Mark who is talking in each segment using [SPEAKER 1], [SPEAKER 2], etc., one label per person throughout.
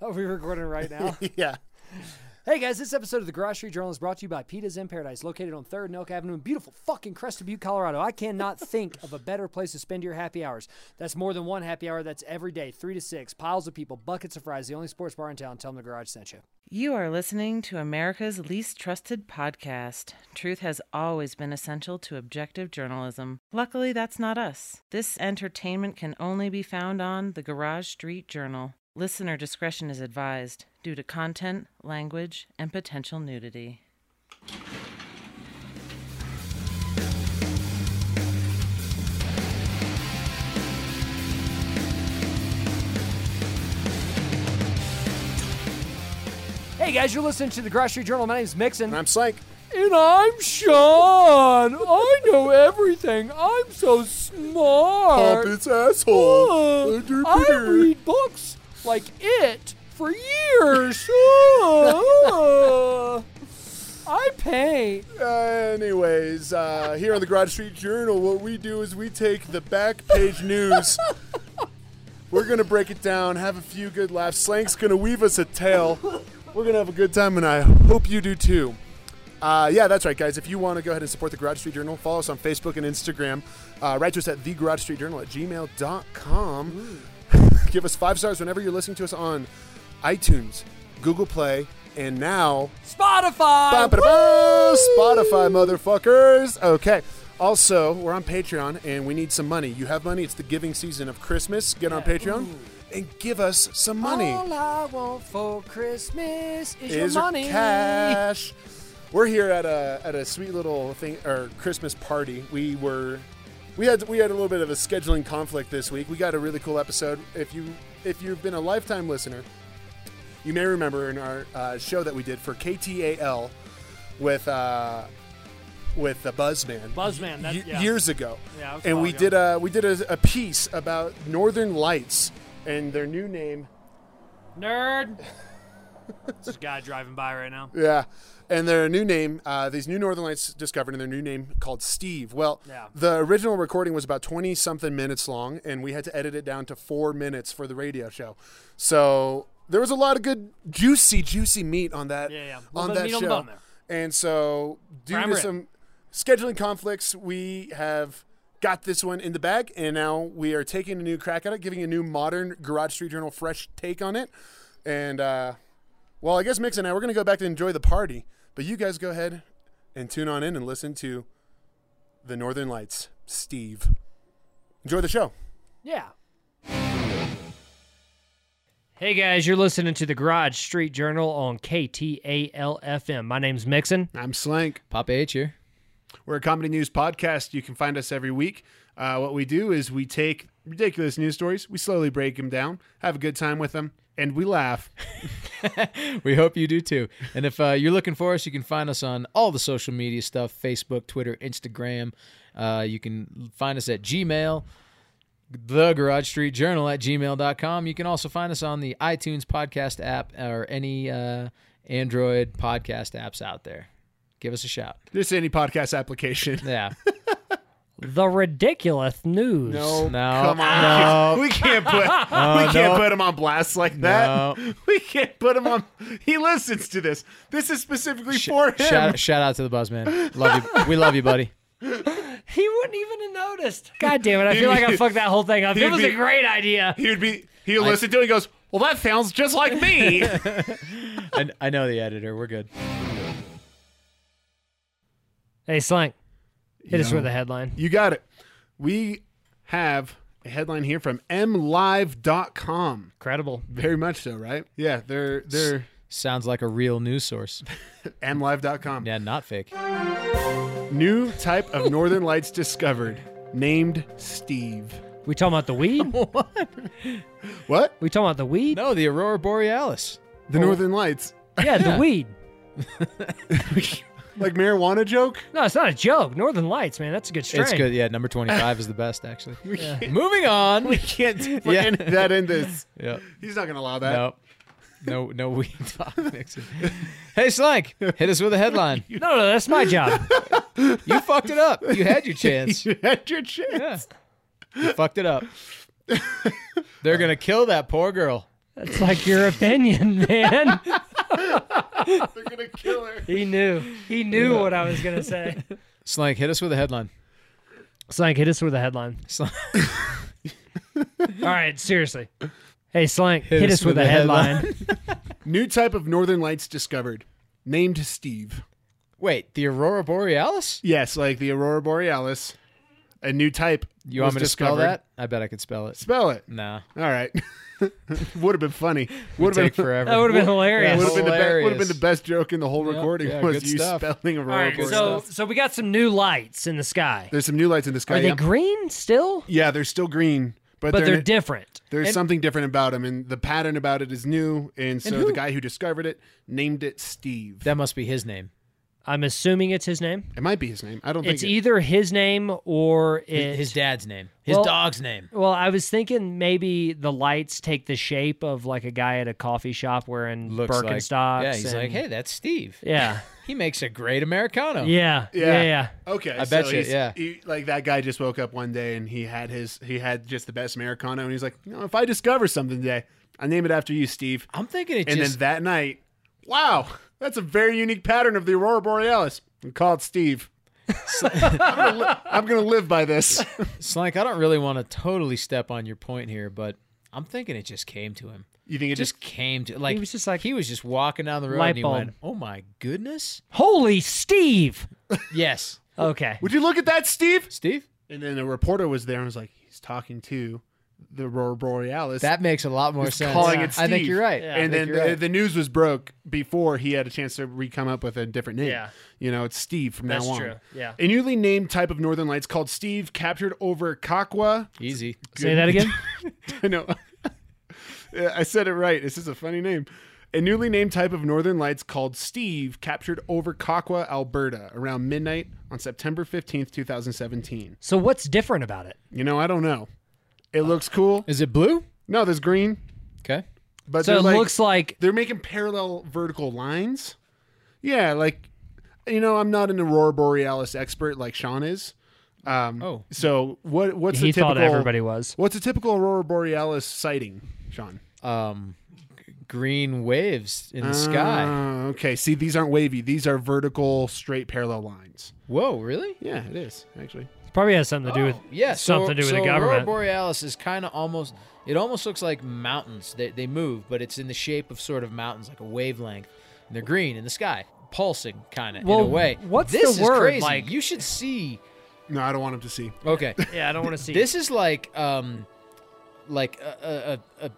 [SPEAKER 1] Are Oh, we recording right now?
[SPEAKER 2] yeah.
[SPEAKER 1] hey guys, this episode of the Garage Street Journal is brought to you by Pitas in Paradise, located on 3rd and Elk Avenue in beautiful fucking Crested Butte, Colorado. I cannot think of a better place to spend your happy hours. That's more than one happy hour. That's every day, 3 to 6, piles of people, buckets of fries, the only sports bar in town. Tell them the Garage sent you.
[SPEAKER 3] You are listening to America's least trusted podcast. Truth has always been essential to objective journalism. Luckily, that's not us. This entertainment can only be found on the Garage Street Journal. Listener discretion is advised due to content, language, and potential nudity.
[SPEAKER 1] Hey guys, you're listening to the Garage Street Journal. My name's Mixon.
[SPEAKER 2] And I'm psych.
[SPEAKER 1] And I'm Sean. I know everything. I'm so smart.
[SPEAKER 2] Puppet's asshole.
[SPEAKER 1] I read books like it for years. I paint.
[SPEAKER 2] Anyways, uh, here on the Garage Street Journal, what we do is we take the back page news. We're gonna break it down, have a few good laughs. Slank's gonna weave us a tale. We're gonna have a good time, and I hope you do too. Uh, yeah, that's right, guys. If you want to go ahead and support the Garage Street Journal, follow us on Facebook and Instagram. Uh, write to us at thegaragestreetjournal at gmail.com. Give us five stars whenever you're listening to us on iTunes, Google Play, and now
[SPEAKER 1] Spotify.
[SPEAKER 2] Ba-ba-da-ba! Spotify, motherfuckers. Okay. Also, we're on Patreon and we need some money. You have money? It's the giving season of Christmas. Get on Patreon and give us some money.
[SPEAKER 1] All I want for Christmas is,
[SPEAKER 2] Is
[SPEAKER 1] your
[SPEAKER 2] your
[SPEAKER 1] money.
[SPEAKER 2] cash. We're here at a at a sweet little thing or Christmas party. We were we had we had a little bit of a scheduling conflict this week. We got a really cool episode. If you if you've been a lifetime listener, you may remember in our uh, show that we did for KTAL with uh, with the Buzzman.
[SPEAKER 1] Buzzman, that-
[SPEAKER 2] y-
[SPEAKER 1] yeah.
[SPEAKER 2] years ago.
[SPEAKER 1] Yeah, that was a
[SPEAKER 2] and
[SPEAKER 1] while
[SPEAKER 2] we
[SPEAKER 1] ago.
[SPEAKER 2] did a we did a, a piece about Northern Lights and their new name.
[SPEAKER 1] Nerd. There's a guy driving by right now.
[SPEAKER 2] Yeah. And their new name, uh, these new Northern Lights discovered, and their new name called Steve. Well,
[SPEAKER 1] Yeah.
[SPEAKER 2] the original recording was about 20 something minutes long, and we had to edit it down to four minutes for the radio show. So there was a lot of good, juicy, juicy meat on that,
[SPEAKER 1] Yeah, yeah. Little bit
[SPEAKER 2] On
[SPEAKER 1] of
[SPEAKER 2] that
[SPEAKER 1] meat on
[SPEAKER 2] show.
[SPEAKER 1] the bone there.
[SPEAKER 2] And so, due
[SPEAKER 1] Prime
[SPEAKER 2] to
[SPEAKER 1] rib.
[SPEAKER 2] some scheduling conflicts, we have got this one in the bag, and now we are taking a new crack at it, giving a new modern Garage Street Journal fresh take on it. And, uh, well, I guess Mix and I, we're going to go back to enjoy the party, but you guys go ahead and tune on in and listen to the Northern Lights, Steve. Enjoy the show.
[SPEAKER 1] Yeah. Hey guys, you're listening to the Garage Street Journal on KTAL FM. My name's Mixon.
[SPEAKER 2] I'm Slank.
[SPEAKER 4] Papa H here.
[SPEAKER 2] We're a comedy news podcast. You can find us every week. Uh, what we do is we take ridiculous news stories, we slowly break them down, have a good time with them, and we laugh.
[SPEAKER 4] We hope you do too. And if uh, you're looking for us, you can find us on all the social media stuff Facebook, Twitter, Instagram. Uh, you can find us at Gmail, the Garage Street Journal at gmail.com. You can also find us on the iTunes podcast app or any uh, Android podcast apps out there. Give us a shout.
[SPEAKER 2] Just any podcast application.
[SPEAKER 4] Yeah.
[SPEAKER 1] The ridiculous news.
[SPEAKER 2] No,
[SPEAKER 4] No,
[SPEAKER 2] come on. We can't put we can't put him on blast like that.
[SPEAKER 4] No.
[SPEAKER 2] We can't put him on. He listens to this. This is specifically for him.
[SPEAKER 4] shout, shout out to the Buzzman. Love you. We love you, buddy.
[SPEAKER 1] He wouldn't even have noticed. God damn it. I feel like I fucked that whole thing up. It was a
[SPEAKER 2] be-
[SPEAKER 1] great idea.
[SPEAKER 2] He would be. He would listen to. it and goes. Well, that sounds just like me.
[SPEAKER 4] I, I know the editor. We're good.
[SPEAKER 1] Hey, Slank. Hit us with a headline.
[SPEAKER 2] You got it. We have a headline here from mlive.com.
[SPEAKER 1] Incredible.
[SPEAKER 2] Very much so, right? Yeah, they're they're
[SPEAKER 4] Sounds like a real news source.
[SPEAKER 2] mlive.com.
[SPEAKER 4] Yeah, not fake.
[SPEAKER 2] New type of northern lights discovered named Steve.
[SPEAKER 1] We talking about the weed?
[SPEAKER 2] What?
[SPEAKER 1] We talking about the weed?
[SPEAKER 4] No, the Aurora Borealis.
[SPEAKER 2] The northern lights.
[SPEAKER 1] Yeah, the
[SPEAKER 4] Yeah.
[SPEAKER 1] weed.
[SPEAKER 2] Like marijuana joke?
[SPEAKER 1] No, it's not a joke. Northern Lights, man. That's a good strain.
[SPEAKER 4] It's good. Yeah, number 25 is the best, actually. Moving on. We can't.
[SPEAKER 2] We're
[SPEAKER 4] Yeah.
[SPEAKER 2] ending that in this.
[SPEAKER 4] yeah.
[SPEAKER 2] He's not going to allow that.
[SPEAKER 4] No. No, no weed talk mixing. Hey, Slank, hit us with a headline.
[SPEAKER 1] No, no, that's my job.
[SPEAKER 4] You fucked it up. You had your chance.
[SPEAKER 2] You had your chance.
[SPEAKER 4] Yeah. You fucked it up. They're going to kill that poor girl.
[SPEAKER 1] It's like your opinion, man.
[SPEAKER 2] They're gonna kill her.
[SPEAKER 1] he knew. He knew what I was gonna say.
[SPEAKER 4] Slank, hit us with a headline.
[SPEAKER 1] Slank, hit us with a headline.
[SPEAKER 4] Slank,
[SPEAKER 1] All right, seriously. Hey, Slank, hit, us with, a headline.
[SPEAKER 2] New type of northern lights discovered, named Steve.
[SPEAKER 4] Wait, the Aurora Borealis?
[SPEAKER 2] Yes, like the aurora borealis. A new type.
[SPEAKER 4] You
[SPEAKER 2] was
[SPEAKER 4] want me to spell
[SPEAKER 2] discovered.
[SPEAKER 4] that? I bet I could spell it.
[SPEAKER 2] Spell it.
[SPEAKER 4] Nah,
[SPEAKER 2] All right. would have been funny. Would
[SPEAKER 4] would
[SPEAKER 2] have
[SPEAKER 4] take
[SPEAKER 2] been.
[SPEAKER 4] forever.
[SPEAKER 1] That would have been
[SPEAKER 4] Yeah,
[SPEAKER 1] hilarious.
[SPEAKER 2] Would have been, the be- would've been
[SPEAKER 4] Hilarious.
[SPEAKER 2] the best joke in the whole recording
[SPEAKER 4] yeah,
[SPEAKER 2] was
[SPEAKER 4] good
[SPEAKER 2] you
[SPEAKER 4] stuff.
[SPEAKER 2] spelling aurora
[SPEAKER 1] All right,
[SPEAKER 2] borealis.
[SPEAKER 1] so so we got some new lights in the sky.
[SPEAKER 2] There's some new lights in the sky.
[SPEAKER 1] Are they
[SPEAKER 2] yeah.
[SPEAKER 1] green still?
[SPEAKER 2] Yeah, they're still green, but,
[SPEAKER 1] But
[SPEAKER 2] they're
[SPEAKER 1] they're different.
[SPEAKER 2] There's something different about him, and the pattern about it is new. And so the guy who discovered it named it Steve.
[SPEAKER 4] that must be his name.
[SPEAKER 1] I'm assuming it's his name.
[SPEAKER 2] it might be his name. I don't
[SPEAKER 1] It's
[SPEAKER 2] think it-
[SPEAKER 1] either his name or it,
[SPEAKER 4] His, his dad's name. His
[SPEAKER 1] Well-
[SPEAKER 4] dog's name.
[SPEAKER 1] Well, I was thinking maybe the lights take the shape of like a guy at a coffee shop wearing
[SPEAKER 4] Looks like.
[SPEAKER 1] Birkenstocks.
[SPEAKER 4] Yeah, he's
[SPEAKER 1] and-
[SPEAKER 4] like, hey, that's Steve.
[SPEAKER 1] yeah,
[SPEAKER 4] He makes a great Americano.
[SPEAKER 1] yeah, yeah, yeah.
[SPEAKER 2] Okay, I
[SPEAKER 4] bet you, yeah.
[SPEAKER 2] like that guy just woke up one day and he had his he had just the best Americano, and he's like, you know, if I discover something today, I name it after you, Steve.
[SPEAKER 4] I'm thinking it
[SPEAKER 2] And
[SPEAKER 4] just.
[SPEAKER 2] then that night, wow, that's a very unique pattern of the aurora borealis. We call it Steve. I'm, gonna li- I'm gonna live by this.
[SPEAKER 4] Slank, I don't really want to totally step on your point here, but I'm thinking it just came to him.
[SPEAKER 2] You think it
[SPEAKER 4] It
[SPEAKER 2] just
[SPEAKER 4] just came to like
[SPEAKER 1] was just like,
[SPEAKER 4] he was just walking down the road
[SPEAKER 1] light
[SPEAKER 4] and he
[SPEAKER 1] bulb.
[SPEAKER 4] went, "Oh my goodness!"
[SPEAKER 1] Holy Steve.
[SPEAKER 4] Yes,
[SPEAKER 1] Okay.
[SPEAKER 2] Would you look at that, Steve?
[SPEAKER 4] Steve,
[SPEAKER 2] And then a reporter was there and was like, he's talking to the aurora borealis.
[SPEAKER 4] that makes a lot more
[SPEAKER 2] He's
[SPEAKER 4] sense.
[SPEAKER 2] calling it
[SPEAKER 4] I think
[SPEAKER 2] Steve.
[SPEAKER 4] you're right. I
[SPEAKER 2] and
[SPEAKER 4] think
[SPEAKER 2] then
[SPEAKER 4] you're
[SPEAKER 2] the,
[SPEAKER 4] right.
[SPEAKER 2] the news was broke before he had a chance to re come up with a different name.
[SPEAKER 1] Yeah.
[SPEAKER 2] You know, it's Steve from
[SPEAKER 1] That's
[SPEAKER 2] now on.
[SPEAKER 1] true. Yeah.
[SPEAKER 2] A newly named type of northern lights called Steve captured over Kakwa.
[SPEAKER 4] easy.
[SPEAKER 1] Say that again.
[SPEAKER 2] I know. Yeah, I said it right. This is a funny name. A newly named type of northern lights called Steve captured over Kakwa, Alberta around midnight on September 15th, 2017.
[SPEAKER 1] So what's different about it?
[SPEAKER 2] You know, I don't know. It looks cool.
[SPEAKER 4] Is it blue?
[SPEAKER 2] No, there's green.
[SPEAKER 4] Okay.
[SPEAKER 2] But
[SPEAKER 1] So
[SPEAKER 2] they're
[SPEAKER 1] it
[SPEAKER 2] like,
[SPEAKER 1] looks like
[SPEAKER 2] they're making parallel vertical lines. Yeah, like you know, I'm not an aurora borealis expert like Sean is. Um,
[SPEAKER 4] Oh.
[SPEAKER 2] so what? What's
[SPEAKER 1] he
[SPEAKER 2] the typical?
[SPEAKER 1] thought everybody was.
[SPEAKER 2] What's a typical aurora borealis sighting, Sean?
[SPEAKER 4] Um, g- green waves in the sky.
[SPEAKER 2] Ah, okay, see, these aren't wavy. These are vertical, straight parallel lines.
[SPEAKER 4] Whoa, really?
[SPEAKER 2] Yeah, it is actually.
[SPEAKER 1] Probably has something to do with
[SPEAKER 4] Oh, Yeah, so-
[SPEAKER 1] something to do with
[SPEAKER 4] so
[SPEAKER 1] the
[SPEAKER 4] Aurora
[SPEAKER 1] government.
[SPEAKER 4] Borealis is kind of almost. It almost looks like mountains. They they move, but it's in the shape of sort of mountains, like a wavelength. And they're green in the sky, pulsing kind of in
[SPEAKER 1] Well,
[SPEAKER 4] a way.
[SPEAKER 1] what's
[SPEAKER 4] this
[SPEAKER 1] the
[SPEAKER 4] is
[SPEAKER 1] word,
[SPEAKER 4] crazy.
[SPEAKER 1] like-
[SPEAKER 4] you should see.
[SPEAKER 2] No, I don't want him to see.
[SPEAKER 4] Okay.
[SPEAKER 1] yeah, I don't want to see.
[SPEAKER 4] This is like um, like a, a, a a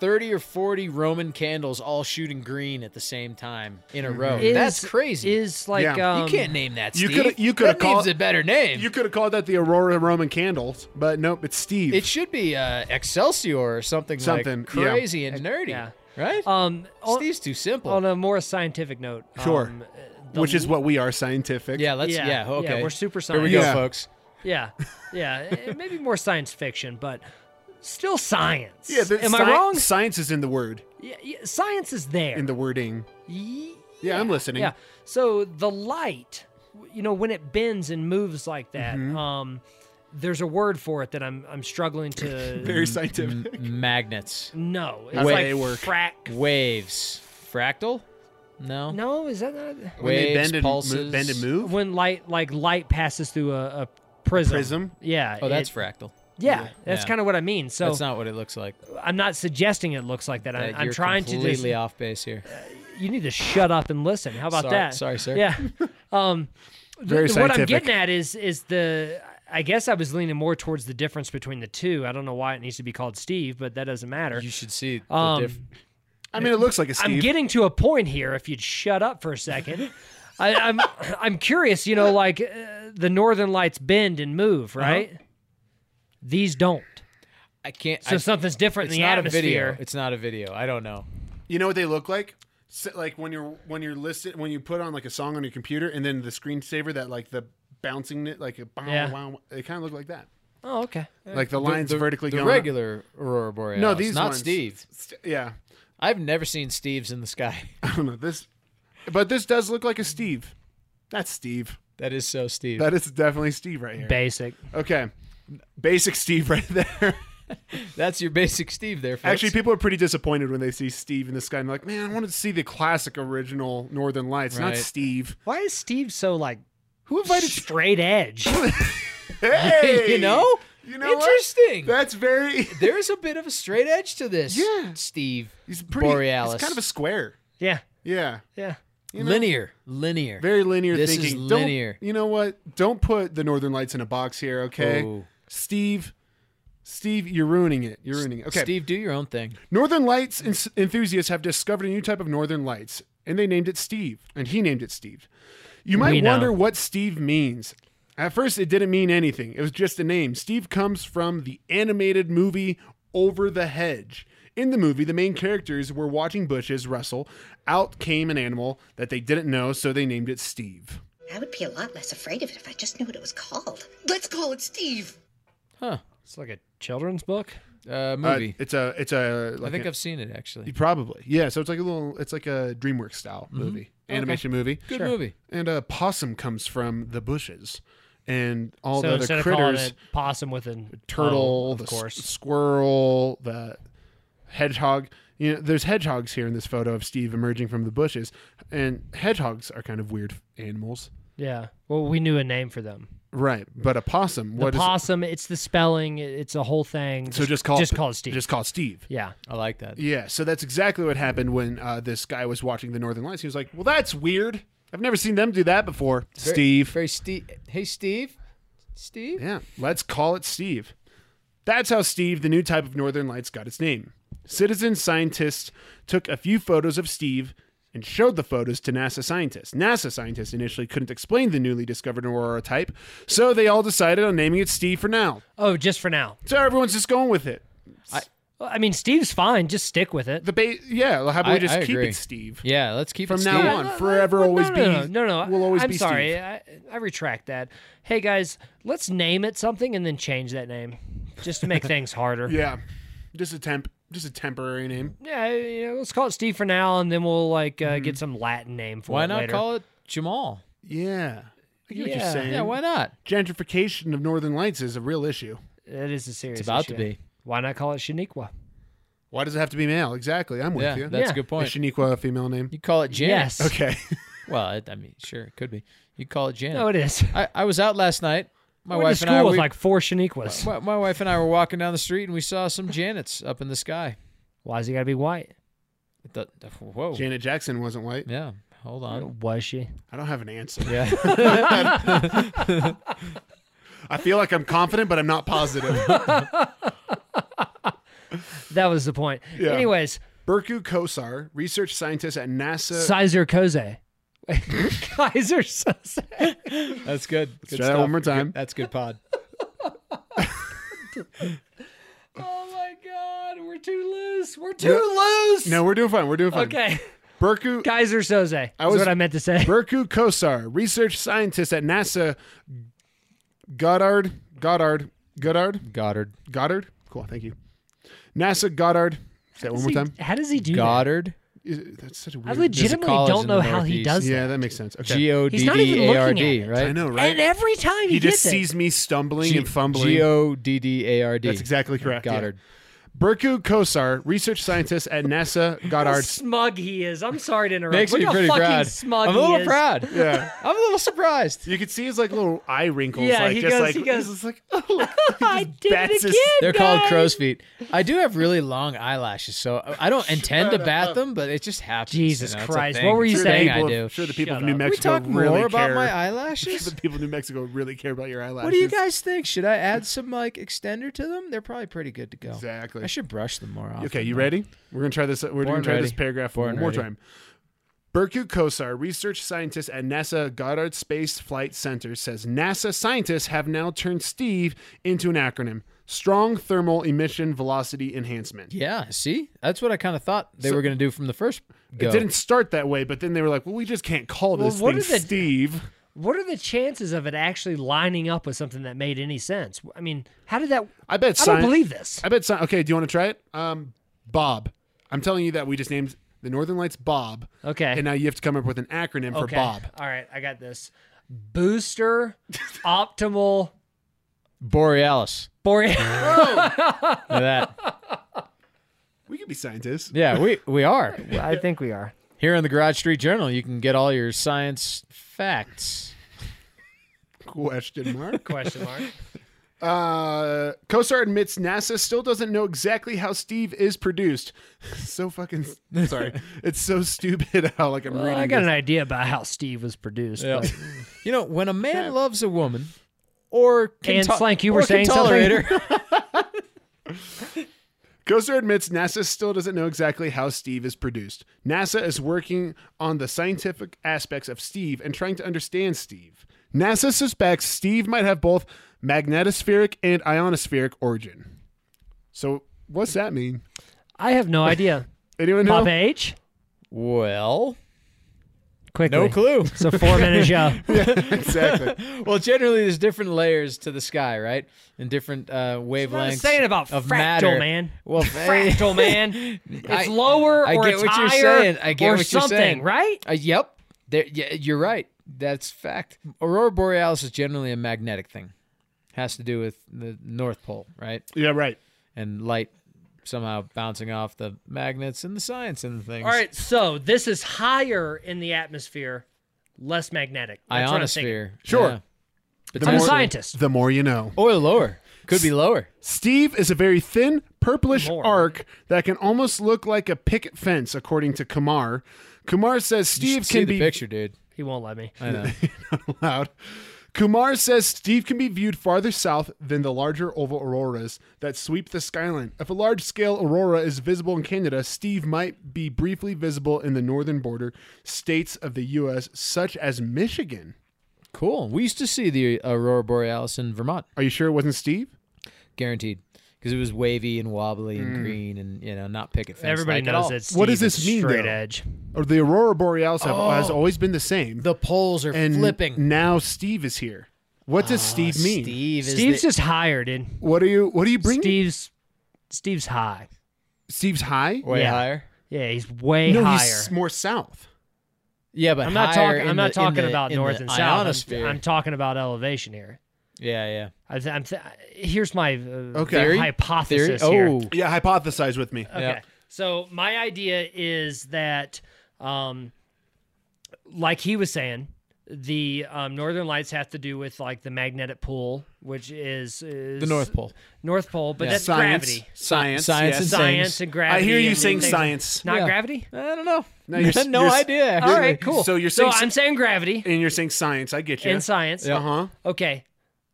[SPEAKER 4] thirty or forty Roman candles all shooting green at the same time in a row.
[SPEAKER 1] Mm-hmm. Is-
[SPEAKER 4] That's crazy.
[SPEAKER 1] Is like
[SPEAKER 2] Yeah.
[SPEAKER 1] um,
[SPEAKER 4] you can't name that.
[SPEAKER 2] you
[SPEAKER 4] Steve.
[SPEAKER 2] coulda- you coulda
[SPEAKER 4] That
[SPEAKER 2] called-
[SPEAKER 4] name's a better name.
[SPEAKER 2] You could have called that the aurora Roman candles, but nope, it's Steve.
[SPEAKER 4] it should be uh, Excelsior or something, like
[SPEAKER 2] Something, yeah.
[SPEAKER 4] crazy and nerdy,
[SPEAKER 1] yeah. oh,
[SPEAKER 4] right?
[SPEAKER 1] Um, on,
[SPEAKER 4] Steve's too simple.
[SPEAKER 1] on a more scientific note,
[SPEAKER 2] Sure.
[SPEAKER 1] um, the
[SPEAKER 2] which is what we are scientific.
[SPEAKER 4] yeah, let's
[SPEAKER 1] yeah,
[SPEAKER 4] yeah,
[SPEAKER 1] yeah,
[SPEAKER 4] okay.
[SPEAKER 1] we're super
[SPEAKER 4] Here we go,
[SPEAKER 2] science. Yeah.
[SPEAKER 4] folks.
[SPEAKER 1] Yeah, yeah. eh, Maybe more science fiction, but still science.
[SPEAKER 2] Yeah, the
[SPEAKER 1] am
[SPEAKER 2] sci-
[SPEAKER 1] I wrong?
[SPEAKER 2] Science is in the word,
[SPEAKER 1] Yeah, yeah, science is there.
[SPEAKER 2] in the wording.
[SPEAKER 1] Ye-
[SPEAKER 2] Yeah, I'm listening.
[SPEAKER 1] yeah. So the light, w- you know, when it bends and moves like that,
[SPEAKER 2] Mm-hmm.
[SPEAKER 1] um, there's a word for it that I'm I'm struggling to.
[SPEAKER 2] Very
[SPEAKER 4] Mm.
[SPEAKER 2] scientific.
[SPEAKER 4] Magnets,
[SPEAKER 1] no, it's
[SPEAKER 2] That's how
[SPEAKER 1] like
[SPEAKER 2] they work.
[SPEAKER 1] frac.
[SPEAKER 4] waves, fractal. No,
[SPEAKER 1] No, is that not?
[SPEAKER 4] waves, pulses.
[SPEAKER 2] move, bend and move.
[SPEAKER 1] when light like light passes through a, a prism.
[SPEAKER 2] prism?
[SPEAKER 1] Yeah.
[SPEAKER 4] Oh, that's
[SPEAKER 1] it-
[SPEAKER 4] fractal.
[SPEAKER 1] yeah. That's
[SPEAKER 4] Yeah.
[SPEAKER 1] kind of what I mean. So
[SPEAKER 4] That's not what it looks like.
[SPEAKER 1] I'm not suggesting it looks like that. I,
[SPEAKER 4] That
[SPEAKER 1] I'm
[SPEAKER 4] you're
[SPEAKER 1] trying to
[SPEAKER 4] completely
[SPEAKER 1] just.
[SPEAKER 4] off base here.
[SPEAKER 1] You need to shut up and listen. How about
[SPEAKER 4] Sorry-
[SPEAKER 1] that?
[SPEAKER 4] sorry, sir.
[SPEAKER 1] Yeah. Um, th-
[SPEAKER 2] Very
[SPEAKER 1] what I'm
[SPEAKER 2] scientific.
[SPEAKER 1] getting at is is the. I guess I was leaning more towards the difference between the two. I don't know why it needs to be called Steve, but that doesn't matter.
[SPEAKER 4] You should see the
[SPEAKER 1] Um,
[SPEAKER 4] diff-
[SPEAKER 2] I mean, it looks like a Steve.
[SPEAKER 1] I'm getting to a point here. If you'd shut up for a second, I, I'm I'm curious. You know, like uh, the Northern Lights bend and move,
[SPEAKER 4] Uh-huh.
[SPEAKER 1] right? These don't.
[SPEAKER 4] I can't.
[SPEAKER 1] So
[SPEAKER 4] I,
[SPEAKER 1] something's different
[SPEAKER 4] it's
[SPEAKER 1] in the
[SPEAKER 4] not
[SPEAKER 1] atmosphere.
[SPEAKER 4] a video. It's not a video. I don't know.
[SPEAKER 2] you know what they look like? S like when you're when you're listed when you put on like a song on your computer and then the screensaver that like the bouncing it like a bow,
[SPEAKER 1] Yeah.
[SPEAKER 2] wow, they kind of look like that.
[SPEAKER 1] Oh, okay.
[SPEAKER 2] Like the lines
[SPEAKER 4] the,
[SPEAKER 2] vertically
[SPEAKER 4] the
[SPEAKER 2] going. up.
[SPEAKER 4] regular aurora borealis.
[SPEAKER 2] No, these
[SPEAKER 4] not
[SPEAKER 2] ones.
[SPEAKER 4] Steve.
[SPEAKER 2] St- yeah,
[SPEAKER 4] I've never seen Steve's in the sky.
[SPEAKER 2] I don't know this, but this does look like a Steve. That's Steve.
[SPEAKER 4] That is so Steve.
[SPEAKER 2] That is definitely Steve right here.
[SPEAKER 1] Basic.
[SPEAKER 2] okay, basic Steve right there.
[SPEAKER 4] That's your basic Steve there. Folks.
[SPEAKER 2] Actually, people are pretty disappointed when they see Steve in the sky. And they're like, man, I wanted to see the classic original Northern Lights,
[SPEAKER 4] Right.
[SPEAKER 2] not Steve.
[SPEAKER 1] Why is Steve so like
[SPEAKER 2] Who invited Steve?
[SPEAKER 1] straight edge?
[SPEAKER 2] Hey,
[SPEAKER 4] you know,
[SPEAKER 2] you know what?
[SPEAKER 4] interesting.
[SPEAKER 2] That's very.
[SPEAKER 4] There's a bit of a straight edge to this.
[SPEAKER 2] Yeah.
[SPEAKER 4] Steve.
[SPEAKER 2] He's pretty.
[SPEAKER 4] Borealis.
[SPEAKER 2] He's kind of a square.
[SPEAKER 1] yeah,
[SPEAKER 2] Yeah,
[SPEAKER 1] yeah.
[SPEAKER 2] you know?
[SPEAKER 4] linear, linear.
[SPEAKER 2] very linear
[SPEAKER 4] This
[SPEAKER 2] thinking.
[SPEAKER 4] is
[SPEAKER 2] Don't-
[SPEAKER 4] linear.
[SPEAKER 2] you know what? Don't put the Northern Lights in a box here, okay?
[SPEAKER 4] Oh.
[SPEAKER 2] Steve, Steve, you're ruining it. You're ruining it. Okay.
[SPEAKER 4] Steve, do your own thing.
[SPEAKER 2] Northern Lights en- enthusiasts have discovered a new type of Northern Lights, and they named it Steve, and he named it Steve. You might
[SPEAKER 1] We know.
[SPEAKER 2] wonder what Steve means. At first, it didn't mean anything, it was just a name. Steve comes from the animated movie Over the Hedge. In the movie, the main characters were watching bushes rustle. Out came an animal that they didn't know, so they named it Steve.
[SPEAKER 5] I would be a lot less afraid of it if I just knew what it was called. Let's call it Steve.
[SPEAKER 4] Huh?
[SPEAKER 1] It's like a children's book.
[SPEAKER 4] Uh,
[SPEAKER 2] Uh,
[SPEAKER 4] movie.
[SPEAKER 2] it's a, it's a.
[SPEAKER 4] I
[SPEAKER 2] like
[SPEAKER 4] think
[SPEAKER 2] a-
[SPEAKER 4] I've Mm-hmm. seen it actually.
[SPEAKER 2] probably yeah. So it's like a little, it's like a DreamWorks style movie, animation movie.
[SPEAKER 4] Good movie.
[SPEAKER 2] And a possum comes from the bushes, and all
[SPEAKER 1] so
[SPEAKER 2] the
[SPEAKER 1] instead
[SPEAKER 2] other
[SPEAKER 1] of calling
[SPEAKER 2] critters:
[SPEAKER 1] it possum with an
[SPEAKER 2] turtle,
[SPEAKER 1] oh, of
[SPEAKER 2] the s-
[SPEAKER 1] course.
[SPEAKER 2] squirrel, the hedgehog. You know, there's hedgehogs here in this photo of Steve emerging from the bushes, and hedgehogs are kind of weird animals,
[SPEAKER 1] Yeah. Well, we knew a name for them.
[SPEAKER 2] right? But a possum,
[SPEAKER 1] The
[SPEAKER 2] what is?
[SPEAKER 1] possum. It's the spelling. it- It's a whole thing.
[SPEAKER 2] so just call
[SPEAKER 1] just call it Steve.
[SPEAKER 2] Just call it Steve.
[SPEAKER 1] yeah.
[SPEAKER 4] I like that.
[SPEAKER 2] Yeah, so that's exactly what happened when uh, this guy was watching the Northern Lights. He was like, "Well, that's weird. I've never seen them do that before."
[SPEAKER 4] Very-
[SPEAKER 2] Steve,
[SPEAKER 4] Very Steve. Hey, Steve. Steve.
[SPEAKER 2] Yeah, let's call it Steve. That's how Steve, the new type of Northern Lights, got its name. Citizen scientists took a few photos of Steve and showed the photos to NASA scientists. NASA scientists initially couldn't explain the newly discovered aurora type, so they all decided on naming it Steve for now.
[SPEAKER 1] Oh, just for now.
[SPEAKER 2] So everyone's just going with it.
[SPEAKER 1] Well, I mean, Steve's fine. Just stick with it.
[SPEAKER 2] The ba- yeah, well, how about
[SPEAKER 4] I-
[SPEAKER 2] we just
[SPEAKER 4] I
[SPEAKER 2] keep
[SPEAKER 4] agree.
[SPEAKER 2] it Steve?
[SPEAKER 4] Yeah, let's keep
[SPEAKER 2] From
[SPEAKER 4] it
[SPEAKER 2] now
[SPEAKER 4] Steve.
[SPEAKER 2] on, forever always
[SPEAKER 1] no,
[SPEAKER 2] be.
[SPEAKER 1] no, no, no, no.
[SPEAKER 2] Will always
[SPEAKER 1] I'm
[SPEAKER 2] be
[SPEAKER 1] sorry.
[SPEAKER 2] Steve.
[SPEAKER 1] I, I retract that. Hey guys, let's name it something and then change that name, just to make things harder.
[SPEAKER 2] Yeah, just a temp, just a temporary name.
[SPEAKER 1] Yeah, you know, let's call it Steve for now, and then we'll like uh,
[SPEAKER 2] Mm-hmm.
[SPEAKER 1] get some Latin name for
[SPEAKER 4] Why
[SPEAKER 1] it
[SPEAKER 4] not
[SPEAKER 1] later.
[SPEAKER 4] call it Jamal?
[SPEAKER 2] Yeah, I get what
[SPEAKER 1] Yeah.
[SPEAKER 2] you're saying.
[SPEAKER 4] Yeah, why not?
[SPEAKER 2] Gentrification of Northern Lights is a real issue.
[SPEAKER 1] That is a serious.
[SPEAKER 4] It's about to
[SPEAKER 1] issue.
[SPEAKER 4] be.
[SPEAKER 1] Why not call it Shaniqua?
[SPEAKER 2] Why does it have to be male? Exactly. I'm with
[SPEAKER 4] Yeah,
[SPEAKER 2] you.
[SPEAKER 4] that's
[SPEAKER 1] Yeah.
[SPEAKER 4] a good
[SPEAKER 2] Is
[SPEAKER 4] point.
[SPEAKER 2] Shaniqua a female name?
[SPEAKER 4] You call it Janet.
[SPEAKER 1] Yes.
[SPEAKER 2] Okay.
[SPEAKER 4] Well, I, I mean, sure, it could be. You call it Janet.
[SPEAKER 1] No, it is.
[SPEAKER 4] I, I was out last night. My
[SPEAKER 1] I went
[SPEAKER 4] wife
[SPEAKER 1] to school
[SPEAKER 4] and I
[SPEAKER 1] with
[SPEAKER 4] we-
[SPEAKER 1] like four Shaniquas.
[SPEAKER 4] my, my wife and I were walking down the street and we saw some Janets up in the sky.
[SPEAKER 1] Why is he gotta be white?
[SPEAKER 4] I thought, whoa.
[SPEAKER 2] Janet Jackson wasn't white.
[SPEAKER 4] Yeah. Hold on.
[SPEAKER 1] Was she?
[SPEAKER 2] I don't have an answer.
[SPEAKER 4] Yeah.
[SPEAKER 2] I feel like I'm confident, but I'm not positive.
[SPEAKER 1] That was the point.
[SPEAKER 2] Yeah.
[SPEAKER 1] Anyways,
[SPEAKER 2] Berku Kosar, research scientist at
[SPEAKER 4] Uh,
[SPEAKER 2] NASA.
[SPEAKER 1] Sizer Koze. Kaiser Soze.
[SPEAKER 4] That's good. Good
[SPEAKER 2] try that one more
[SPEAKER 4] Good-
[SPEAKER 2] time.
[SPEAKER 4] That's good pod.
[SPEAKER 1] Oh my God, we're too loose. We're too loose.
[SPEAKER 2] no, we're doing fine. We're doing fine.
[SPEAKER 1] Okay.
[SPEAKER 2] Berku
[SPEAKER 1] Kaiser Soze. That's
[SPEAKER 2] was-
[SPEAKER 1] what I meant to say.
[SPEAKER 2] Berku Kosar, research scientist at NASA. Goddard, Goddard, Goddard,
[SPEAKER 4] Goddard.
[SPEAKER 2] Goddard. Cool. Thank you. NASA Goddard. Say it one more
[SPEAKER 1] How does
[SPEAKER 2] time.
[SPEAKER 1] he- How does he do
[SPEAKER 4] Goddard.
[SPEAKER 2] Is- That's such a
[SPEAKER 1] that? I
[SPEAKER 2] weird.
[SPEAKER 1] legitimately
[SPEAKER 4] college
[SPEAKER 1] don't
[SPEAKER 4] in the
[SPEAKER 1] know how he
[SPEAKER 4] Northeast.
[SPEAKER 1] does
[SPEAKER 2] yeah,
[SPEAKER 1] that.
[SPEAKER 2] that makes sense. Okay.
[SPEAKER 4] G O D
[SPEAKER 1] He's not even
[SPEAKER 4] D
[SPEAKER 1] looking
[SPEAKER 4] A R
[SPEAKER 1] at
[SPEAKER 4] D.
[SPEAKER 1] it.
[SPEAKER 4] Right.
[SPEAKER 2] I know, right?
[SPEAKER 1] And every time he,
[SPEAKER 2] he just
[SPEAKER 1] gets it.
[SPEAKER 2] sees me stumbling and fumbling.
[SPEAKER 4] G O D D A R D.
[SPEAKER 2] That's exactly correct. yeah.
[SPEAKER 4] Goddard.
[SPEAKER 2] Berku Kosar, research scientist at NASA
[SPEAKER 1] How
[SPEAKER 2] Goddard.
[SPEAKER 1] smug he is. I'm sorry to interrupt.
[SPEAKER 4] Makes
[SPEAKER 1] Look
[SPEAKER 4] me
[SPEAKER 1] how
[SPEAKER 4] pretty
[SPEAKER 1] fucking
[SPEAKER 4] proud.
[SPEAKER 1] Smug
[SPEAKER 4] I'm a little
[SPEAKER 1] he is.
[SPEAKER 4] proud.
[SPEAKER 2] Yeah.
[SPEAKER 4] I'm a little surprised.
[SPEAKER 2] You can see his like little eye wrinkles.
[SPEAKER 1] Yeah,
[SPEAKER 2] like,
[SPEAKER 1] he
[SPEAKER 2] just
[SPEAKER 1] goes-
[SPEAKER 2] like,
[SPEAKER 1] he goes-
[SPEAKER 2] he's just like, oh, look, he
[SPEAKER 1] I
[SPEAKER 2] just
[SPEAKER 1] did
[SPEAKER 2] bats
[SPEAKER 1] it
[SPEAKER 2] his-
[SPEAKER 1] again.
[SPEAKER 4] They're called
[SPEAKER 1] guys.
[SPEAKER 4] crow's feet. I do have really long eyelashes, so I- I don't intend to bat them, but it just happens.
[SPEAKER 1] Jesus
[SPEAKER 4] you know, it's a
[SPEAKER 1] Christ,
[SPEAKER 4] thing.
[SPEAKER 1] what were
[SPEAKER 4] It's
[SPEAKER 1] you
[SPEAKER 4] a
[SPEAKER 2] the
[SPEAKER 1] saying?
[SPEAKER 4] thing
[SPEAKER 2] people
[SPEAKER 4] I
[SPEAKER 2] of-
[SPEAKER 4] do.
[SPEAKER 2] sure the people
[SPEAKER 1] Shut
[SPEAKER 2] of New
[SPEAKER 1] up.
[SPEAKER 4] Can we
[SPEAKER 2] Mexico
[SPEAKER 4] talk
[SPEAKER 2] really
[SPEAKER 4] more about
[SPEAKER 2] care.
[SPEAKER 4] my
[SPEAKER 2] the
[SPEAKER 4] eyelashes?
[SPEAKER 2] people of New Mexico really care about your eyelashes.
[SPEAKER 4] What do you guys think? Should I add some like extender to them? They're probably pretty good to go.
[SPEAKER 2] Exactly.
[SPEAKER 4] I should brush them more often.
[SPEAKER 2] Okay, you
[SPEAKER 4] though.
[SPEAKER 2] ready? We're gonna try this. We're
[SPEAKER 4] Born
[SPEAKER 2] gonna try this
[SPEAKER 4] ready.
[SPEAKER 2] paragraph
[SPEAKER 4] Born
[SPEAKER 2] one more
[SPEAKER 4] ready.
[SPEAKER 2] time. Berku Kosar, research scientist at NASA Goddard Space Flight Center, says NASA scientists have now turned Steve into an acronym: Strong Thermal Emission Velocity Enhancement.
[SPEAKER 4] Yeah. See, that's what I kind of thought they were going to do from the first go.
[SPEAKER 2] It didn't start that way, but then they were like, "Well, we just can't call
[SPEAKER 1] Well,
[SPEAKER 2] this
[SPEAKER 1] what
[SPEAKER 2] thing
[SPEAKER 1] are the-
[SPEAKER 2] Steve."
[SPEAKER 1] What are the chances of it actually lining up with something that made any sense? I mean, how did that?
[SPEAKER 2] I bet.
[SPEAKER 1] I
[SPEAKER 2] sci-
[SPEAKER 1] don't believe this.
[SPEAKER 2] I bet. Sci- okay, do you want to try it? Um, Bob. I'm telling you that we just named the Northern Lights Bob,
[SPEAKER 1] Okay.
[SPEAKER 2] and now you have to come up with an acronym for
[SPEAKER 1] okay.
[SPEAKER 2] Bob.
[SPEAKER 1] All right, I got this. Booster optimal
[SPEAKER 4] Borealis.
[SPEAKER 1] Boreal.
[SPEAKER 4] Look at that.
[SPEAKER 2] We could be scientists.
[SPEAKER 4] Yeah, we, we are.
[SPEAKER 1] I think we are.
[SPEAKER 4] Here in the Garage Street Journal, you can get all your science facts.
[SPEAKER 2] Question mark.
[SPEAKER 1] Question mark.
[SPEAKER 2] Uh, COSAR admits NASA still doesn't know exactly how Steve is produced. so fucking sorry. It's so stupid how like I'm
[SPEAKER 1] Well,
[SPEAKER 2] reading.
[SPEAKER 1] I got
[SPEAKER 2] this.
[SPEAKER 1] an idea about how Steve was produced.
[SPEAKER 4] Yeah.
[SPEAKER 1] but-
[SPEAKER 4] you know, when a man loves a woman, or can
[SPEAKER 1] And
[SPEAKER 4] to-
[SPEAKER 1] Slank, you
[SPEAKER 4] or
[SPEAKER 1] were
[SPEAKER 4] can
[SPEAKER 1] saying
[SPEAKER 4] tolerate
[SPEAKER 1] something?
[SPEAKER 4] her.
[SPEAKER 2] Coaster admits NASA still doesn't know exactly how Steve is produced. NASA is working on the scientific aspects of Steve and trying to understand Steve. NASA suspects Steve might have both magnetospheric and ionospheric origin. So, what's that mean?
[SPEAKER 1] I have no idea.
[SPEAKER 2] Anyone know?
[SPEAKER 1] Pop H?
[SPEAKER 4] Well,
[SPEAKER 1] Quickly.
[SPEAKER 4] no clue.
[SPEAKER 1] It's a four minute show.
[SPEAKER 2] exactly.
[SPEAKER 4] well, generally, there's different layers to the sky, right? And different uh, wavelengths.
[SPEAKER 1] What I'm saying about
[SPEAKER 4] of
[SPEAKER 1] fractal,
[SPEAKER 4] matter.
[SPEAKER 1] man.
[SPEAKER 4] Well,
[SPEAKER 1] fractal, man. It's
[SPEAKER 4] I-
[SPEAKER 1] lower
[SPEAKER 4] I
[SPEAKER 1] or
[SPEAKER 4] get
[SPEAKER 1] it's
[SPEAKER 4] what you're
[SPEAKER 1] higher
[SPEAKER 4] saying. I get
[SPEAKER 1] or
[SPEAKER 4] what you're
[SPEAKER 1] something,
[SPEAKER 4] saying.
[SPEAKER 1] right?
[SPEAKER 4] Uh, yep. There, yeah, you're right. That's fact. Aurora borealis is generally a magnetic thing. Has to do with the North Pole, right?
[SPEAKER 2] Yeah, right.
[SPEAKER 4] And light somehow bouncing off the magnets and the science and the things.
[SPEAKER 1] All right, so this is higher in the atmosphere, less magnetic. That's what I'm thinking.
[SPEAKER 4] Ionosphere.
[SPEAKER 2] Sure.
[SPEAKER 4] Yeah.
[SPEAKER 1] I'm a
[SPEAKER 4] Potentially.
[SPEAKER 1] scientist.
[SPEAKER 2] The more you know.
[SPEAKER 4] Or lower. Could be lower.
[SPEAKER 2] Steve is a very thin, purplish
[SPEAKER 1] More.
[SPEAKER 2] arc that can almost look like a picket fence, according to Kamar. Kamar says
[SPEAKER 4] You
[SPEAKER 2] Steve
[SPEAKER 4] should see
[SPEAKER 2] can
[SPEAKER 4] the
[SPEAKER 2] be
[SPEAKER 4] picture, dude.
[SPEAKER 1] He won't let me.
[SPEAKER 4] I know.
[SPEAKER 2] loud. Kumar says Steve can be viewed farther south than the larger oval auroras that sweep the skyline. If a large scale aurora is visible in Canada, Steve might be briefly visible in the northern border states of the U.S., such as Michigan.
[SPEAKER 4] cool. We used to see the aurora borealis in Vermont,
[SPEAKER 2] Are you sure it wasn't Steve?
[SPEAKER 4] guaranteed, because it was wavy and wobbly and green and you know not picket fence.
[SPEAKER 1] Mm. Everybody
[SPEAKER 4] like at
[SPEAKER 1] knows
[SPEAKER 4] all.
[SPEAKER 1] that. Steve
[SPEAKER 2] What does
[SPEAKER 1] is
[SPEAKER 2] this mean,
[SPEAKER 1] Straight
[SPEAKER 2] though?
[SPEAKER 1] edge.
[SPEAKER 2] Or the aurora borealis have, has
[SPEAKER 4] Oh.
[SPEAKER 2] always been the same.
[SPEAKER 4] The poles are
[SPEAKER 2] and
[SPEAKER 4] flipping.
[SPEAKER 2] now Steve is here. What does
[SPEAKER 1] Ah,
[SPEAKER 2] Steve mean?
[SPEAKER 4] Steve is
[SPEAKER 1] Steve's
[SPEAKER 4] the-
[SPEAKER 1] just higher, dude.
[SPEAKER 2] What are you? What are you bringing?
[SPEAKER 1] Steve's Steve's high.
[SPEAKER 2] Steve's high.
[SPEAKER 4] way
[SPEAKER 1] yeah.
[SPEAKER 4] higher.
[SPEAKER 1] Yeah, he's way
[SPEAKER 2] no,
[SPEAKER 1] higher.
[SPEAKER 2] he's more south.
[SPEAKER 4] Yeah, but
[SPEAKER 1] I'm not
[SPEAKER 4] higher
[SPEAKER 1] talking.
[SPEAKER 4] in
[SPEAKER 1] I'm not
[SPEAKER 4] the- in
[SPEAKER 1] talking
[SPEAKER 4] the-
[SPEAKER 1] about
[SPEAKER 4] in
[SPEAKER 1] north
[SPEAKER 4] the
[SPEAKER 1] and south. I'm-
[SPEAKER 4] Ionosphere.
[SPEAKER 1] I'm talking about elevation here.
[SPEAKER 4] yeah, yeah.
[SPEAKER 1] I th- I'm th- here's my uh,
[SPEAKER 2] Okay.
[SPEAKER 4] Theory?
[SPEAKER 1] hypothesis here.
[SPEAKER 4] Theory? Oh,
[SPEAKER 2] Yeah, hypothesize with me.
[SPEAKER 1] Okay.
[SPEAKER 4] Yeah.
[SPEAKER 1] So my idea is that, um, like he was saying, the um, northern lights have to do with like the magnetic pull, which is, is
[SPEAKER 4] the North Pole.
[SPEAKER 1] North Pole, but that's
[SPEAKER 2] Science.
[SPEAKER 1] gravity.
[SPEAKER 2] Science.
[SPEAKER 4] Science
[SPEAKER 2] yes.
[SPEAKER 4] and
[SPEAKER 1] Science
[SPEAKER 4] things.
[SPEAKER 1] and gravity.
[SPEAKER 2] I hear you
[SPEAKER 1] and
[SPEAKER 2] saying
[SPEAKER 1] things-
[SPEAKER 2] science.
[SPEAKER 1] Not
[SPEAKER 4] Yeah.
[SPEAKER 1] gravity.
[SPEAKER 4] I don't know.
[SPEAKER 2] No, you're s-
[SPEAKER 4] no
[SPEAKER 2] you're s-
[SPEAKER 4] idea.
[SPEAKER 1] All
[SPEAKER 4] Actually.
[SPEAKER 1] right, cool.
[SPEAKER 2] So you're saying
[SPEAKER 1] I'm saying gravity
[SPEAKER 2] And you're saying science. I get you.
[SPEAKER 1] and science.
[SPEAKER 4] Yeah.
[SPEAKER 2] Uh huh.
[SPEAKER 1] Okay,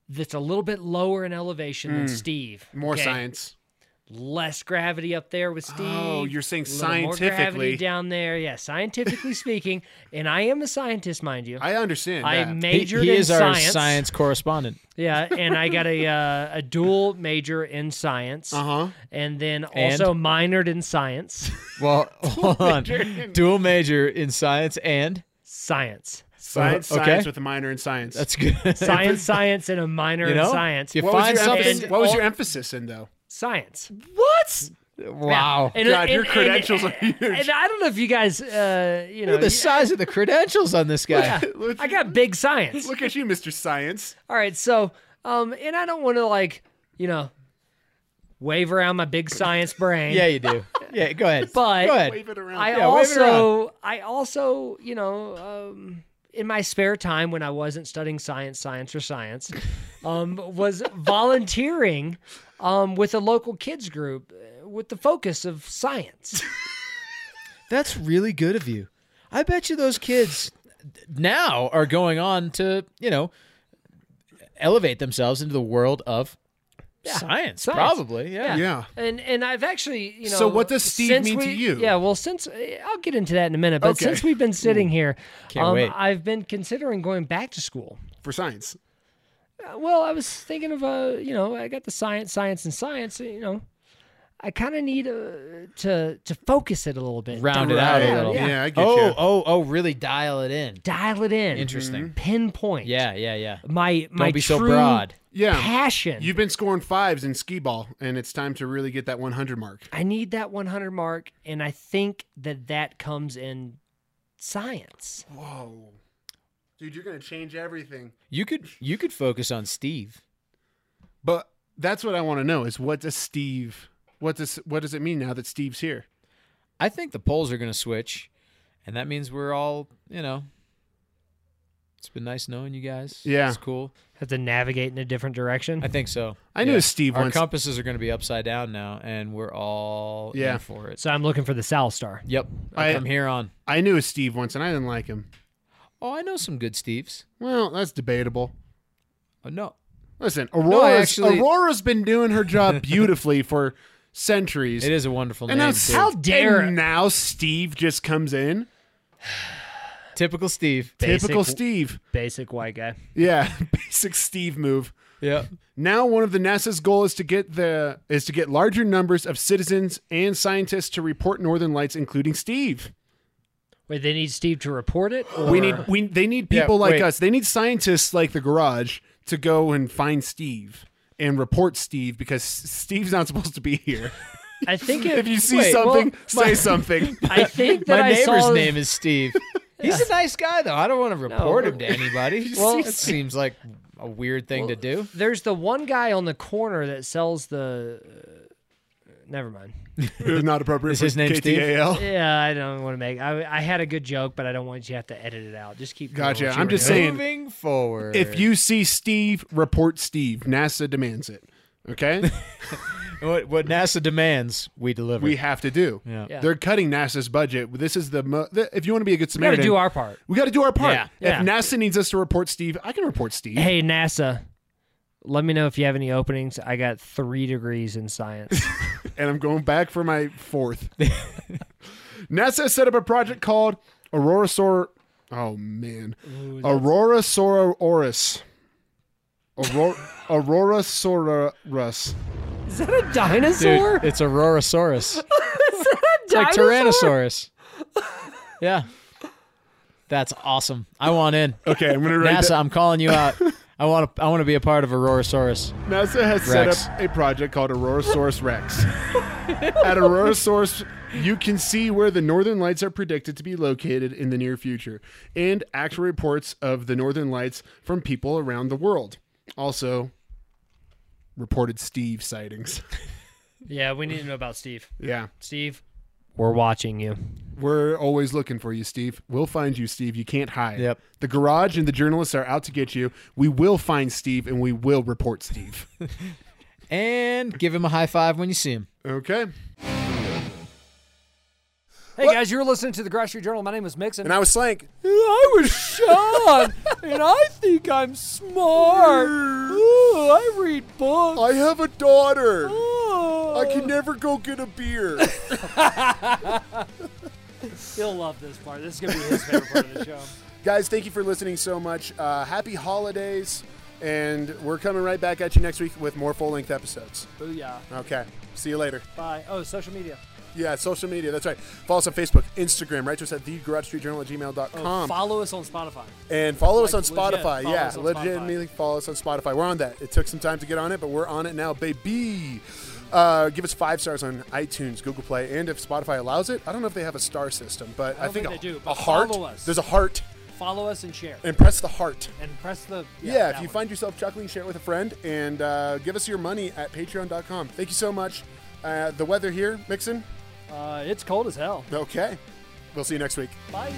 [SPEAKER 1] that's a little bit lower in elevation than Steve.
[SPEAKER 2] Hmm. More
[SPEAKER 1] okay?
[SPEAKER 2] science.
[SPEAKER 1] less gravity up there with Steve.
[SPEAKER 2] Oh, you're saying
[SPEAKER 1] a little more
[SPEAKER 2] scientifically.
[SPEAKER 1] gravity down there. Yeah, scientifically speaking, and I am a scientist, mind you. I,
[SPEAKER 2] I understand. that.
[SPEAKER 4] He,
[SPEAKER 1] majored
[SPEAKER 4] he
[SPEAKER 1] in
[SPEAKER 4] is our
[SPEAKER 1] science.
[SPEAKER 4] science correspondent.
[SPEAKER 1] Yeah, and I got a uh, a dual major in science,
[SPEAKER 2] Uh-huh.
[SPEAKER 1] and then
[SPEAKER 4] And?
[SPEAKER 1] also minored in science.
[SPEAKER 4] Well, hold on. Dual major in science and
[SPEAKER 1] Science,
[SPEAKER 2] Science,
[SPEAKER 4] Okay.
[SPEAKER 2] science with a minor in science.
[SPEAKER 4] that's good.
[SPEAKER 1] science, science, and a minor
[SPEAKER 4] You know,
[SPEAKER 1] in science.
[SPEAKER 4] if-
[SPEAKER 2] what was,
[SPEAKER 4] Find
[SPEAKER 2] your emphasis,
[SPEAKER 1] something-
[SPEAKER 2] what was your emphasis in though?
[SPEAKER 1] Science.
[SPEAKER 4] what? Wow.
[SPEAKER 1] And,
[SPEAKER 2] God, your credentials
[SPEAKER 1] and,
[SPEAKER 2] are huge.
[SPEAKER 1] And I don't know if you guys, uh, you know,
[SPEAKER 4] Look at the size of the credentials on this guy.
[SPEAKER 1] I got big science.
[SPEAKER 2] Look at you, Mr. Science.
[SPEAKER 1] All right, so um, and I don't want to like, you know, wave around my big science brain.
[SPEAKER 4] Yeah, you do. Yeah, go ahead.
[SPEAKER 1] But-
[SPEAKER 4] go ahead.
[SPEAKER 2] Wave it around.
[SPEAKER 1] I
[SPEAKER 4] Yeah, wave it
[SPEAKER 1] also, I also, you know, um, in my spare time when I wasn't studying science, science or science, um, was volunteering um with a local kids group uh, with the focus of science.
[SPEAKER 4] That's really good of you. I bet you those kids now are going on to, you know, elevate themselves into the world of science,
[SPEAKER 1] science.
[SPEAKER 4] Probably. Yeah.
[SPEAKER 2] Yeah.
[SPEAKER 1] And and I've actually, you know.
[SPEAKER 2] So what does Steve
[SPEAKER 1] since
[SPEAKER 2] mean to
[SPEAKER 1] we-
[SPEAKER 2] you?
[SPEAKER 1] Yeah, well, since eh, I'll get into that in a minute, but
[SPEAKER 2] Okay.
[SPEAKER 1] since we've been sitting here,
[SPEAKER 4] Can't
[SPEAKER 1] um,
[SPEAKER 4] wait.
[SPEAKER 1] I've been considering going back to school.
[SPEAKER 2] For science.
[SPEAKER 1] Uh, Well, I was thinking of uh, you know, I got the science, science, and science. You know, I kind of need uh, to to focus it a little bit,
[SPEAKER 4] Round it out a
[SPEAKER 2] Right.
[SPEAKER 4] little.
[SPEAKER 2] Yeah, I get
[SPEAKER 4] oh,
[SPEAKER 2] you.
[SPEAKER 4] oh, oh, really dial it in.
[SPEAKER 1] dial it in,
[SPEAKER 4] Interesting.
[SPEAKER 2] Mm-hmm.
[SPEAKER 1] pinpoint.
[SPEAKER 4] Yeah, yeah, yeah.
[SPEAKER 1] my Mm-hmm. my
[SPEAKER 4] Don't be so
[SPEAKER 1] true
[SPEAKER 4] broad.
[SPEAKER 2] Yeah.
[SPEAKER 1] passion.
[SPEAKER 2] You've been scoring fives in skee ball, and it's time to really get that 100 mark.
[SPEAKER 1] I need that 100 mark, and I think that that comes in science.
[SPEAKER 2] Whoa. Dude, you're going to change everything.
[SPEAKER 4] You could you could focus on Steve.
[SPEAKER 2] But that's what I want to know is what does Steve what does what does it mean now that Steve's here?
[SPEAKER 4] I think the polls are going to switch, and that means we're all, you know, it's been nice knowing you guys.
[SPEAKER 2] Yeah.
[SPEAKER 4] It's cool.
[SPEAKER 1] Have to navigate in a different direction.
[SPEAKER 4] I think so.
[SPEAKER 2] I knew Steve
[SPEAKER 4] Our
[SPEAKER 2] once-
[SPEAKER 4] compasses are going to be upside down now, and we're all yeah.
[SPEAKER 2] Yeah.
[SPEAKER 4] in for it.
[SPEAKER 1] So I'm looking for the Sal Star.
[SPEAKER 4] Yep.
[SPEAKER 2] I-
[SPEAKER 4] from here on.
[SPEAKER 2] I knew a Steve once and I didn't like him.
[SPEAKER 4] Oh, I know some good Steves.
[SPEAKER 2] Well, that's debatable.
[SPEAKER 4] Oh, no.
[SPEAKER 2] Listen, Aurora's,
[SPEAKER 4] actually-
[SPEAKER 2] Aurora's been doing her job beautifully for centuries.
[SPEAKER 4] It is a wonderful
[SPEAKER 2] And
[SPEAKER 4] name.
[SPEAKER 2] now,
[SPEAKER 4] too.
[SPEAKER 1] How dare-
[SPEAKER 2] and now Steve just comes in.
[SPEAKER 4] Typical Steve.
[SPEAKER 2] Typical
[SPEAKER 1] Basic-
[SPEAKER 2] Steve.
[SPEAKER 1] Basic white guy.
[SPEAKER 2] Yeah, basic Steve move.
[SPEAKER 4] Yep.
[SPEAKER 2] Now, one of the NASA's goal is to get the is to get larger numbers of citizens and scientists to report northern lights, including Steve.
[SPEAKER 1] Wait, they need Steve to report it? Or...
[SPEAKER 2] We need we they need
[SPEAKER 4] Yeah,
[SPEAKER 2] people like
[SPEAKER 4] wait.
[SPEAKER 2] us. They need scientists like the garage to go and find Steve and report Steve because S- Steve's not supposed to be here.
[SPEAKER 1] I think it,
[SPEAKER 2] if you see
[SPEAKER 4] Wait,
[SPEAKER 2] something,
[SPEAKER 4] well,
[SPEAKER 2] say something.
[SPEAKER 1] I think that
[SPEAKER 4] My
[SPEAKER 1] I
[SPEAKER 4] neighbor's
[SPEAKER 1] saw
[SPEAKER 4] name is Steve. He's a nice guy, though. I don't want to report
[SPEAKER 1] No.
[SPEAKER 4] him to anybody.
[SPEAKER 1] Well-
[SPEAKER 4] well, that seems like a weird thing to do.
[SPEAKER 1] There's the one guy on the corner that sells the. Uh, never mind.
[SPEAKER 2] not appropriate.
[SPEAKER 4] Is
[SPEAKER 2] for
[SPEAKER 4] his name Steve?
[SPEAKER 2] KTAL.
[SPEAKER 1] Yeah, I don't want to make. I, I had a good joke, but I don't want you to have to edit it out. Just keep. going
[SPEAKER 2] Gotcha.
[SPEAKER 1] with your
[SPEAKER 2] I'm just
[SPEAKER 1] joke.
[SPEAKER 2] saying,
[SPEAKER 4] Moving forward.
[SPEAKER 2] If you see Steve, report Steve. NASA demands it. Okay,
[SPEAKER 4] What, what NASA demands, we deliver.
[SPEAKER 2] we have to do.
[SPEAKER 4] Yeah.
[SPEAKER 1] Yeah.
[SPEAKER 2] They're cutting NASA's budget. This is the mo- th- if you want to be a good
[SPEAKER 1] We got
[SPEAKER 2] Samaritan,
[SPEAKER 1] to do our part.
[SPEAKER 2] we got to do our part.
[SPEAKER 4] Yeah.
[SPEAKER 1] Yeah.
[SPEAKER 2] If NASA needs us to report Steve, I can report Steve.
[SPEAKER 1] Hey NASA, let me know if you have any openings. I got three degrees in science.
[SPEAKER 2] and I'm going back for my fourth. NASA set up a project called Aurora Sor. Oh man, Aurora Sora Oris. Aurora Aurora Sora Rus.
[SPEAKER 1] Is that a
[SPEAKER 4] Dude,
[SPEAKER 1] dinosaur?
[SPEAKER 4] it's Aurorasaurus.
[SPEAKER 1] it's
[SPEAKER 4] like Tyrannosaurus. yeah. That's awesome. I want in.
[SPEAKER 2] Okay, I'm gonna write
[SPEAKER 4] NASA,
[SPEAKER 2] that-
[SPEAKER 4] I'm calling you out. I want to I want to be a part of Aurorasaurus.
[SPEAKER 2] NASA has
[SPEAKER 4] Rex.
[SPEAKER 2] set up a project called Aurorasaurus Rex. At Aurorasaurus, you can see where the northern lights are predicted to be located in the near future and actual reports of the northern lights from people around the world. Also, reported Steve sightings.
[SPEAKER 1] Yeah, we need to know about Steve.
[SPEAKER 2] Yeah.
[SPEAKER 1] Steve, we're watching you.
[SPEAKER 2] We're always looking for you, Steve. We'll find you, Steve. You can't hide.
[SPEAKER 4] Yep.
[SPEAKER 2] The garage and the journalists are out to get you. We will find Steve and we will report Steve.
[SPEAKER 4] And give him a high five when you see him.
[SPEAKER 2] okay.
[SPEAKER 6] Hey guys, you're listening to the Grocery Journal. My name is Mixon.
[SPEAKER 7] And I was slank.
[SPEAKER 6] I was Sean, and I think I'm smart. Ooh, I read books.
[SPEAKER 7] I have a daughter.
[SPEAKER 6] Oh.
[SPEAKER 7] I can never go get a beer.
[SPEAKER 6] He'll love this part. This is gonna be his favorite part of the show.
[SPEAKER 7] Guys, thank you for listening so much. Uh, happy holidays. And we're coming right back at you next week with more full length episodes.
[SPEAKER 6] Booyah!
[SPEAKER 7] Okay. See you later.
[SPEAKER 6] Bye. Oh, social media.
[SPEAKER 7] Yeah, social media. That's right. Follow us on Facebook, Instagram, right to us at the garage street journal
[SPEAKER 6] Oh,
[SPEAKER 7] at gmail.com.
[SPEAKER 6] follow us on Spotify.
[SPEAKER 7] and follow us on
[SPEAKER 6] Like, legit,
[SPEAKER 7] Spotify.
[SPEAKER 6] follow
[SPEAKER 7] yeah,
[SPEAKER 6] us on
[SPEAKER 7] legitimately follow us on Spotify. We're on that. It took some time to get on it, but we're on it now, baby. Uh, give us five stars on iTunes, Google Play, and if Spotify allows it, I don't know if they have a star system, but I,
[SPEAKER 6] don't
[SPEAKER 7] think,
[SPEAKER 6] think
[SPEAKER 7] a,
[SPEAKER 6] they do,
[SPEAKER 7] a
[SPEAKER 6] but
[SPEAKER 7] heart.
[SPEAKER 6] follow us.
[SPEAKER 7] There's a heart,
[SPEAKER 6] Follow us and share,
[SPEAKER 7] and press the heart.
[SPEAKER 6] and press the
[SPEAKER 7] Yeah, if
[SPEAKER 6] that
[SPEAKER 7] you
[SPEAKER 6] one.
[SPEAKER 7] find yourself chuckling, share it with a friend, and uh, give us your money at Patreon.com. Thank you so much. Uh, the weather here, Mixon.
[SPEAKER 6] uh, it's cold as hell.
[SPEAKER 7] Okay, we'll see you next week.
[SPEAKER 6] Bye.